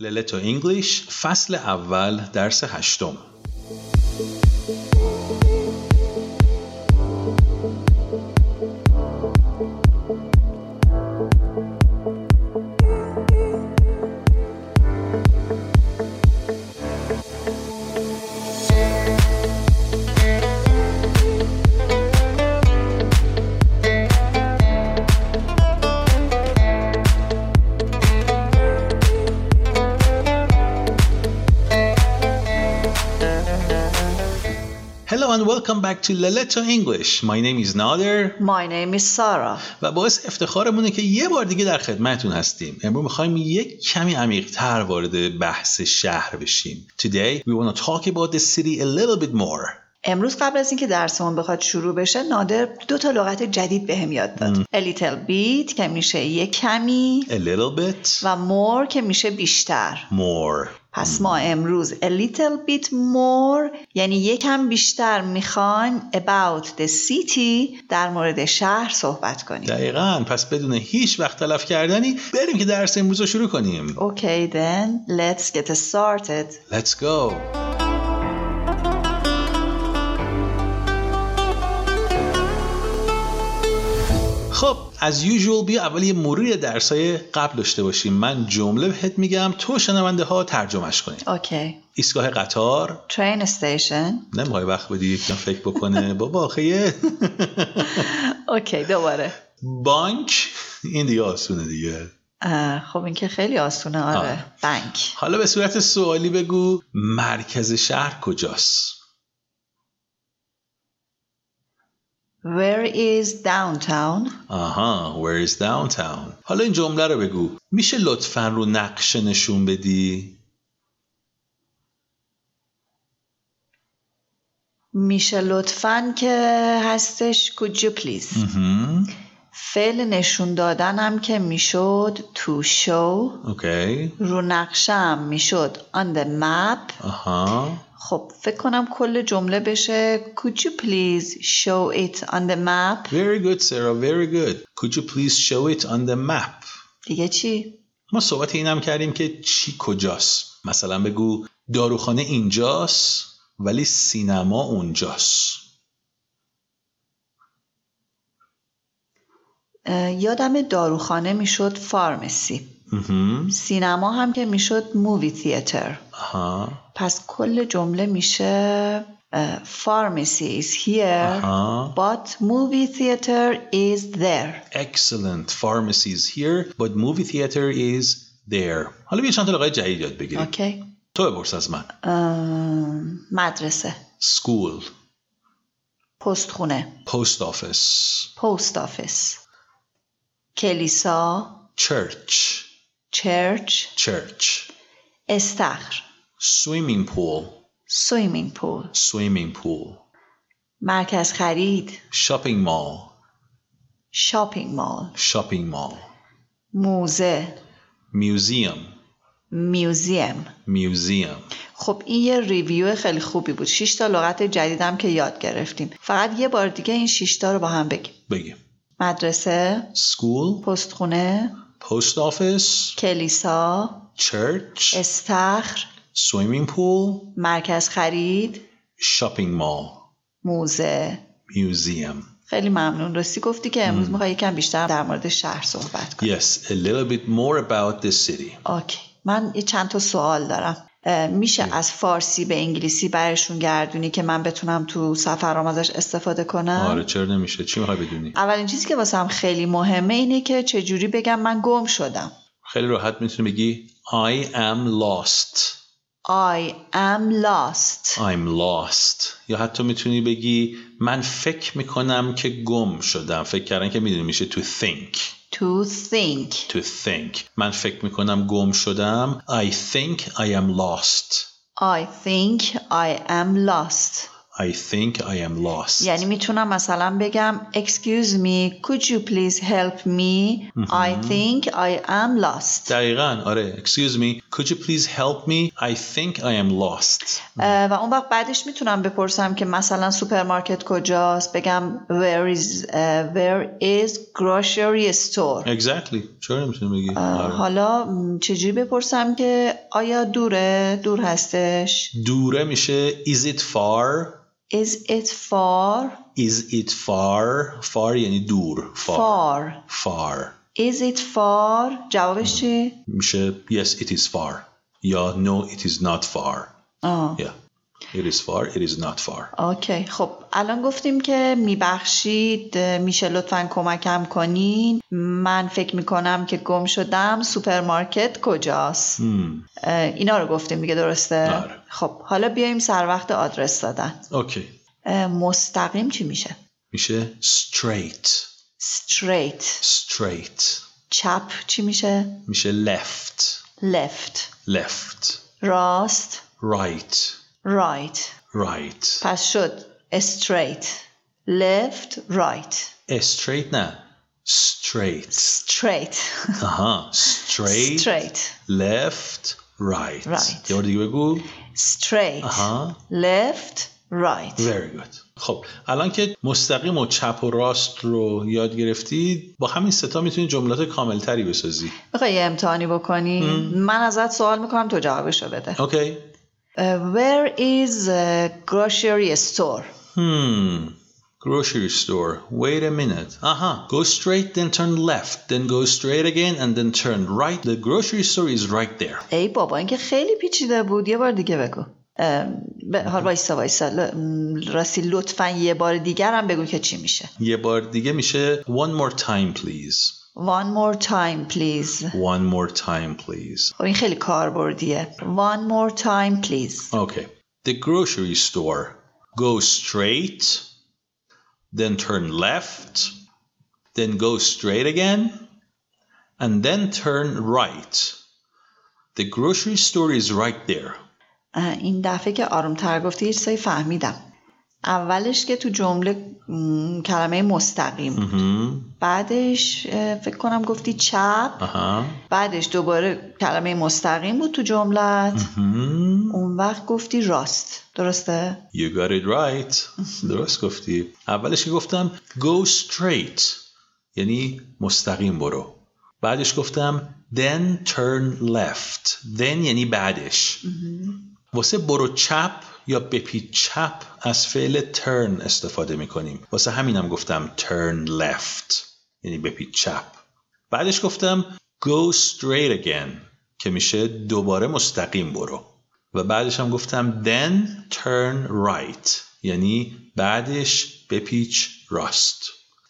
للتو انگلیش فصل اول درس هشتم Hello and welcome back to Leleto English. My name is Nader My name is Sarah. و باعث افتخارمونه که یه بار دیگه در خدمتتون هستیم. امروز میخوایم یک کمی عمیق‌تر وارد بحث شهر بشیم. Today we want to talk about the city a little bit more. امروز قبل از اینکه درسمون بخواد شروع بشه نادر دو تا لغت جدید بهم یاد داد. A little bit که میشه یه کمی A little bit و more که میشه بیشتر. more. پس ما امروز a little bit more یعنی یکم بیشتر میخوایم about the city در مورد شهر صحبت کنیم. دقیقا پس بدون هیچ وقت تلف کردنی بریم که درس امروز رو شروع کنیم. Okay then let's get started. Let's go. خب از یوزوال بیا اول یه مروری درسای قبل داشته باشیم من جمله بهت میگم تو شنونده ها ترجمهش کنیم Okay. ایستگاه قطار Train station. نمیخوای وقت بدی یکم فکر بکنه بابا آخه یه Okay دوباره. بانک این دیگه آسونه دیگه اه، خب این که خیلی آسونه آره. آه. بانک. حالا به صورت سوالی بگو مرکز شهر کجاست Where is downtown? آها where is downtown حالا این جمله رو بگو میشه لطفا رو نقشه نشون بدی میشه لطفا که هستش could you please مهم. فعل نشون دادنم که میشد to show اوکی رو نقشم میشد on the map آها خب فکر کنم کل جمله بشه could you please show it on the map very good Sarah very good could you please show it on the map دیگه چی؟ ما صحبت اینم کردیم که چی کجاست مثلا بگو داروخانه اینجاست ولی سینما اونجاست اه، یادم داروخانه میشد فارمسی مهم. سینما هم که میشد مووی تیاتر آها پس کل جمله میشه اه، pharmacy is here آها but movie theater is there excellent pharmacy is here but movie theater is there حالا بیا چند تا لغات جدید یاد بگیریم اوکی تو بپرس از من ام، Um, مدرسه school پستخونه post office پست آفیس کلیسا church چرچ church استخر swimming pool سویمینگ پول swimming pool مرکز خرید shopping mall شاپینگ مال shopping mall موزه museum میوزیم museum خب این یه ریویو خیلی خوبی بود 6 تا لغت جدیدم که یاد گرفتیم فقط یه بار دیگه این 6 تا رو با هم بگیم بگیم مدرسه school پستخونه post office کلیسا church استخر swimming pool مرکز خرید shopping mall موزه museum خیلی ممنون راستی گفتی که امروز میخوای یکم بیشتر در مورد شهر صحبت کنی yes a little bit more about the city آکی من یه چند تا سوال دارم اه، میشه از فارسی به انگلیسی برشون گردونی که من بتونم تو سفرام ازش استفاده کنم آره چرا نمیشه چی میخوای بدونی اولین چیزی که واسم خیلی مهمه اینه که چجوری بگم من گم شدم خیلی راحت میتونی بگی I am lost I am lost I'm lost یا حتی میتونی بگی من فکر میکنم که گم شدم فکر کردن که میدونی میشه to think to think to think من فکر میکنم گم شدم I think I am lost I think I am lost I think I am lost. یعنی میتونم مثلا بگم excuse me could you please help me I think I am lost دقیقا آره excuse me could you please help me I think I am lost اه، و اون وقت بعدش میتونم بپرسم که مثلا سوپرمارکت کجاست بگم where is اه، where is grocery store exactly چرا نمیتونی بگی آره. حالا م، چجوری بپرسم که آیا دوره دور هستش دوره میشه is it far is it far is it far far یعنی دور far far far is it far جوابش چی میشه yes it is far یا no it is not far آه. yeah it is far it is not far اوکی خب الان گفتیم که میبخشید میشه لطفا کمکم کنین من فکر میکنم که گم شدم سوپرمارکت کجاست hmm. اه، اینا رو گفتیم دیگه درسته آره. خب حالا بیایم سر وقت آدرس دادن اوکی اه، مستقیم چی میشه میشه straight straight straight چپ چی میشه میشه left left left راست right right right پس شد straight left right Eh, straight نه straight straight آها straight straight left right Right. یه بار دیگه بگو straight آها left right Very good. خب الان که مستقیم و چپ و راست رو یاد گرفتی با همین ستا میتونی جملات کاملتری بسازی میخوای یه امتحانی بکنی من ازت سوال میکنم تو جوابشو بده اوکی Uh, where is a grocery store هم Hmm. grocery store wait a minute آها go straight then turn left then go straight again and then turn right the grocery store is right there ای بابا این که خیلی پیچیده بود یه بار دیگه بگو ام، ب- حالا وایسا وایسا ل- م، راستی لطفا یه بار دیگر هم بگو که چی میشه یه بار دیگه میشه one more time please One more time please one more time please خب این خیلی کاربردیه One more time please Okay. The grocery store. Go straight, then turn left, then go straight again, and then turn right. The grocery store is right there. اه، این دفعه که آرومتر گفتی یه چیزایی فهمیدم اولش که تو جمله م، کلمه مستقیم بود. Mhm. بعدش اه، فکر کنم گفتی چپ Uh-huh. بعدش دوباره کلمه مستقیم بود تو جملت Mhm. اون وقت گفتی راست درسته؟ You got it right. درست گفتی. اولش که گفتم go straight یعنی مستقیم برو. بعدش گفتم then turn left. Then یعنی بعدش. واسه برو چپ یا بپیچ چپ از فعل turn استفاده میکنیم. واسه همینم گفتم turn left یعنی بپیچ چپ. بعدش گفتم go straight again که میشه دوباره مستقیم برو. و بعدش هم گفتم then turn right یعنی بعدش بپیچ راست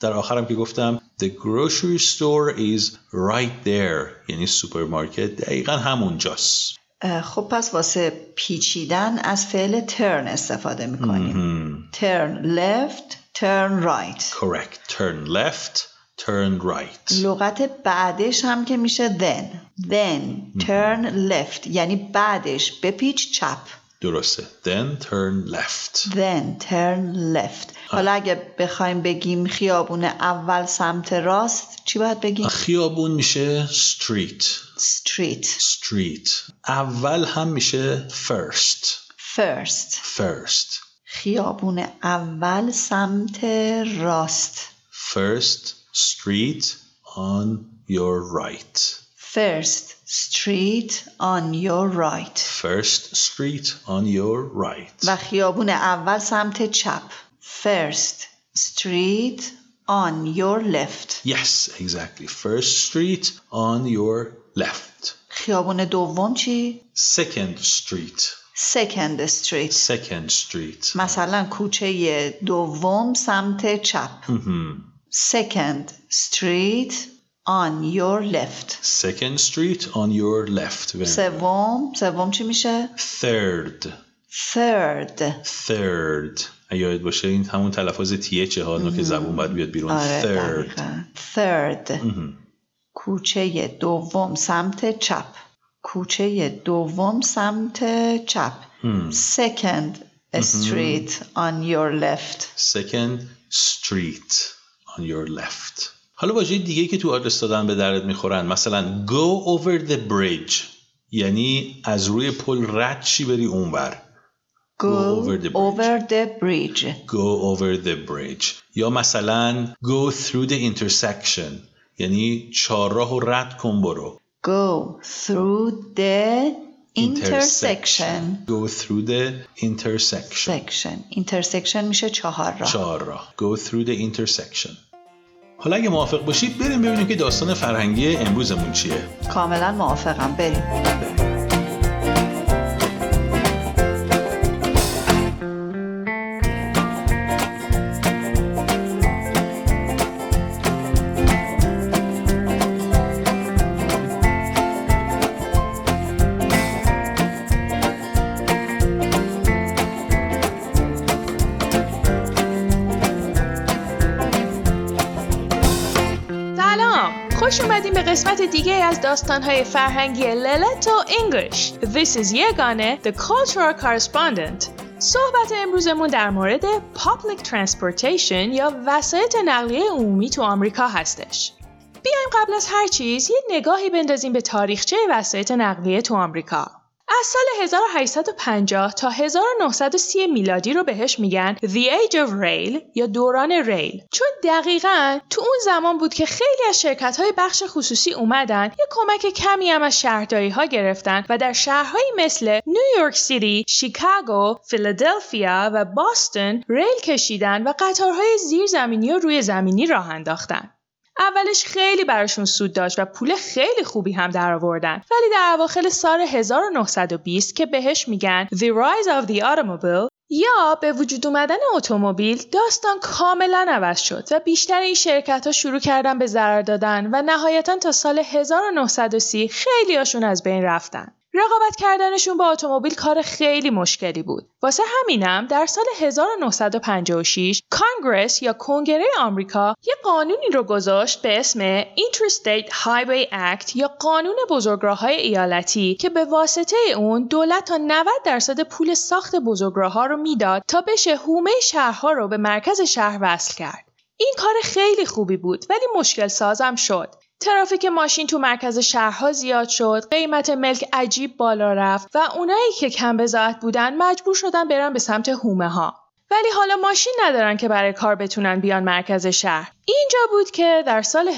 در آخرم که گفتم the grocery store is right there یعنی سوپرمارکت دقیقا همونجاست اه، خب پس واسه پیچیدن از فعل ترن استفاده میکنیم مهم. ترن لفت ترن رایت correct turn left turn right لغت بعدش هم که میشه then then turn left یعنی بعدش بپیچ چپ درسته then turn left then turn left حالا اگه بخوایم بگیم خیابون اول سمت راست چی باید بگیم؟ خیابون میشه street street street اول هم میشه first first first خیابون اول سمت راست First street on your right. First street on your right First street on your right. و خیابون اول سمت چپ First street on your left Yes, exactly. First street on your left. خیابون دوم چی؟ Second street. Second street Second street. مثلا کوچه دوم سمت چپ Mhm. Second street on your left Second street on your left. Very good. سوم سوم چی میشه؟ Third. Third Third. اگه یاد باشه این همون تلفظ TH ها نوک زبون باید بیاد بیرون. آره Third. دقیقاً. Third کوچه دوم سمت چپ کوچه دوم سمت چپ مم. Second a street on your left second street on your left حالا واژه دیگه که تو آدرس دادن به درد میخورن مثلا go over the bridge یعنی از روی پل رد شی بری اونور go over the bridge. over the bridge go over the bridge یا مثلا go through the intersection یعنی چهارراهو رد کن برو go through the intersection go through the intersection section intersection میشه چهار راه چهار راه go through the intersection حالا اگه موافق باشید بریم ببینیم که داستان فرهنگی امروزمون چیه کاملا موافقم بریم سلام خوش اومدیم به قسمت دیگه از داستانهای فرهنگی للتو انگلیش This is یگانه The Cultural Correspondent صحبت امروزمون در مورد Public Transportation یا وسایط نقلیه عمومی تو آمریکا هستش بیایم قبل از هر چیز یه نگاهی بندازیم به تاریخچه وسایط نقلیه تو آمریکا از سال 1850 تا 1930 میلادی رو بهش میگن The Age of Rail یا دوران ریل چون دقیقا تو اون زمان بود که خیلی از شرکت های بخش خصوصی اومدن یه کمک کمی هم از شهرداری ها گرفتن و در شهرهایی مثل نیویورک سیتی، شیکاگو، فیلادلفیا و باستون ریل کشیدن و قطارهای زیرزمینی و روی زمینی راه انداختن. اولش خیلی براشون سود داشت و پول خیلی خوبی هم درآوردن ولی در اواخر سال 1920 که بهش میگن The Rise of the Automobile یا به وجود اومدن اتومبیل داستان کاملا عوض شد و بیشتر این شرکت ها شروع کردن به ضرر دادن و نهایتا تا سال 1930 خیلی هاشون از بین رفتن. رقابت کردنشون با اتومبیل کار خیلی مشکلی بود. واسه همینم در سال 1956 کانگرس یا کنگره آمریکا یه قانونی رو گذاشت به اسم Interstate Highway Act یا قانون بزرگراههای ایالتی که به واسطه اون دولت تا 90 درصد پول ساخت بزرگراهها رو میداد تا بشه هومه شهرها رو به مرکز شهر وصل کرد. این کار خیلی خوبی بود ولی مشکل سازم شد. ترافیک ماشین تو مرکز شهرها زیاد شد، قیمت ملک عجیب بالا رفت و اونایی که کم بزاعت بودن مجبور شدن برن به سمت هومه ها. ولی حالا ماشین ندارن که برای کار بتونن بیان مرکز شهر. اینجا بود که در سال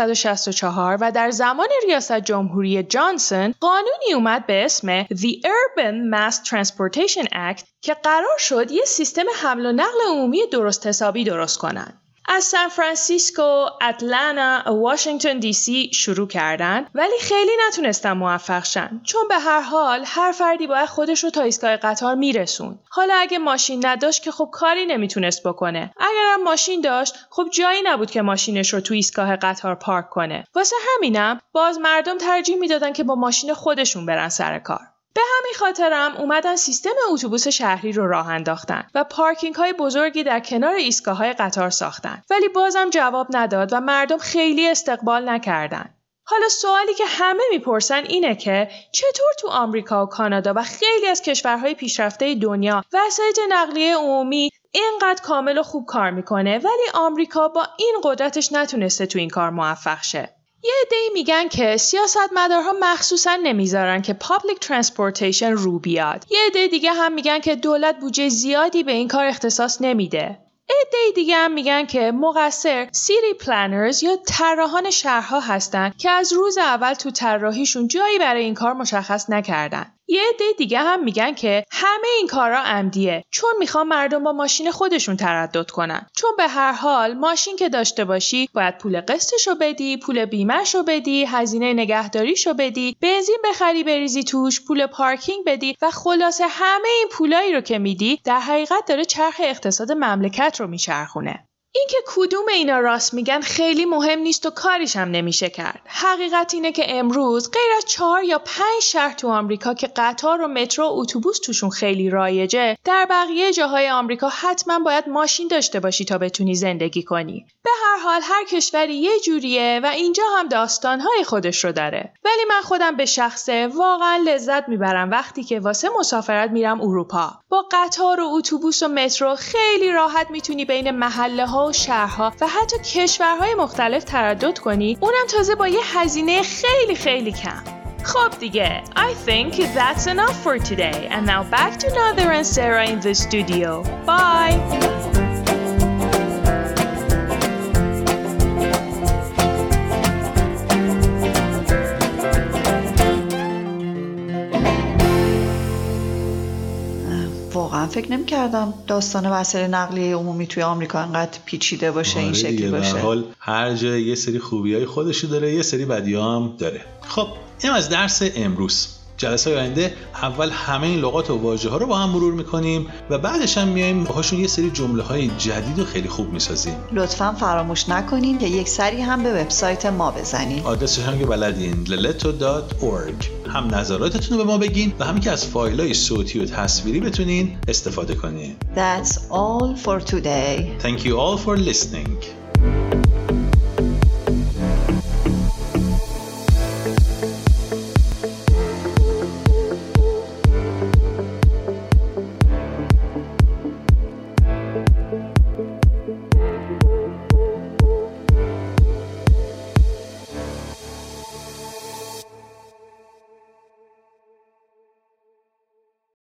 1964 و در زمان ریاست جمهوری جانسون قانونی اومد به اسم The Urban Mass Transportation Act که قرار شد یه سیستم حمل و نقل عمومی درست حسابی درست کنن. از سان فرانسیسکو، اتلانا، واشنگتن دی سی شروع کردن ولی خیلی نتونستن موفق شن چون به هر حال هر فردی باید خودش رو تا ایستگاه قطار میرسون. حالا اگه ماشین نداشت که خب کاری نمیتونست بکنه. اگرم ماشین داشت خب جایی نبود که ماشینش رو تو ایستگاه قطار پارک کنه. واسه همینم باز مردم ترجیح میدادن که با ماشین خودشون برن سر کار. به همین خاطرم اومدن سیستم اتوبوس شهری رو راه انداختن و پارکینگ های بزرگی در کنار ایستگاه های قطار ساختن ولی بازم جواب نداد و مردم خیلی استقبال نکردن حالا سوالی که همه میپرسن اینه که چطور تو آمریکا و کانادا و خیلی از کشورهای پیشرفته دنیا وسایط نقلیه عمومی اینقدر کامل و خوب کار میکنه ولی آمریکا با این قدرتش نتونسته تو این کار موفق شه یه عده‌ای میگن که سیاستمدارها مخصوصا نمیذارن که پابلیک ترانسپورتیشن رو بیاد. یه عده دیگه هم میگن که دولت بودجه زیادی به این کار اختصاص نمیده. عده دیگه هم میگن که مقصر سیری پلانرز یا طراحان شهرها هستند که از روز اول تو طراحیشون جایی برای این کار مشخص نکردن. یه عده دیگه هم میگن که همه این کارا عمدیه چون میخوان مردم با ماشین خودشون تردد کنن چون به هر حال ماشین که داشته باشی باید پول قسطشو بدی پول بیمهشو بدی هزینه نگهداریشو بدی بنزین بخری بریزی توش پول پارکینگ بدی و خلاصه همه این پولایی رو که میدی در حقیقت داره چرخ اقتصاد مملکت رو میچرخونه اینکه کدوم اینا راست میگن خیلی مهم نیست و کاریش هم نمیشه کرد. حقیقت اینه که امروز غیر از چهار یا پنج شهر تو آمریکا که قطار و مترو و اتوبوس توشون خیلی رایجه، در بقیه جاهای آمریکا حتما باید ماشین داشته باشی تا بتونی زندگی کنی. به به هر حال هر کشوری یه جوریه و اینجا هم داستانهای خودش رو داره ولی من خودم به شخصه واقعا لذت میبرم وقتی که واسه مسافرت میرم اروپا با قطار و اتوبوس و مترو خیلی راحت میتونی بین محله ها و شهرها و حتی کشورهای مختلف تردد کنی اونم تازه با یه هزینه خیلی خیلی کم خب دیگه I think that's enough for today and now back to Nader and Sarah in the studio bye واقعا فکر نمی کردم داستان وسایل نقلیه عمومی توی آمریکا انقدر پیچیده باشه این آره دیگه، شکلی به هر باشه حال هر جا یه سری خوبی های خودشو داره یه سری بدی هم داره خب این از درس امروز جلسه های آینده اول همه این لغات و واژه ها رو با هم مرور میکنیم و بعدش هم میایم باهاشون یه سری جمله های جدید و خیلی خوب میسازیم لطفا فراموش نکنین که یک سری هم به وبسایت ما بزنین آدرسش هم که بلدین leleto.org هم نظراتتون رو به ما بگین و هم که از فایل های صوتی و تصویری بتونین استفاده کنین That's all for today Thank you all for listening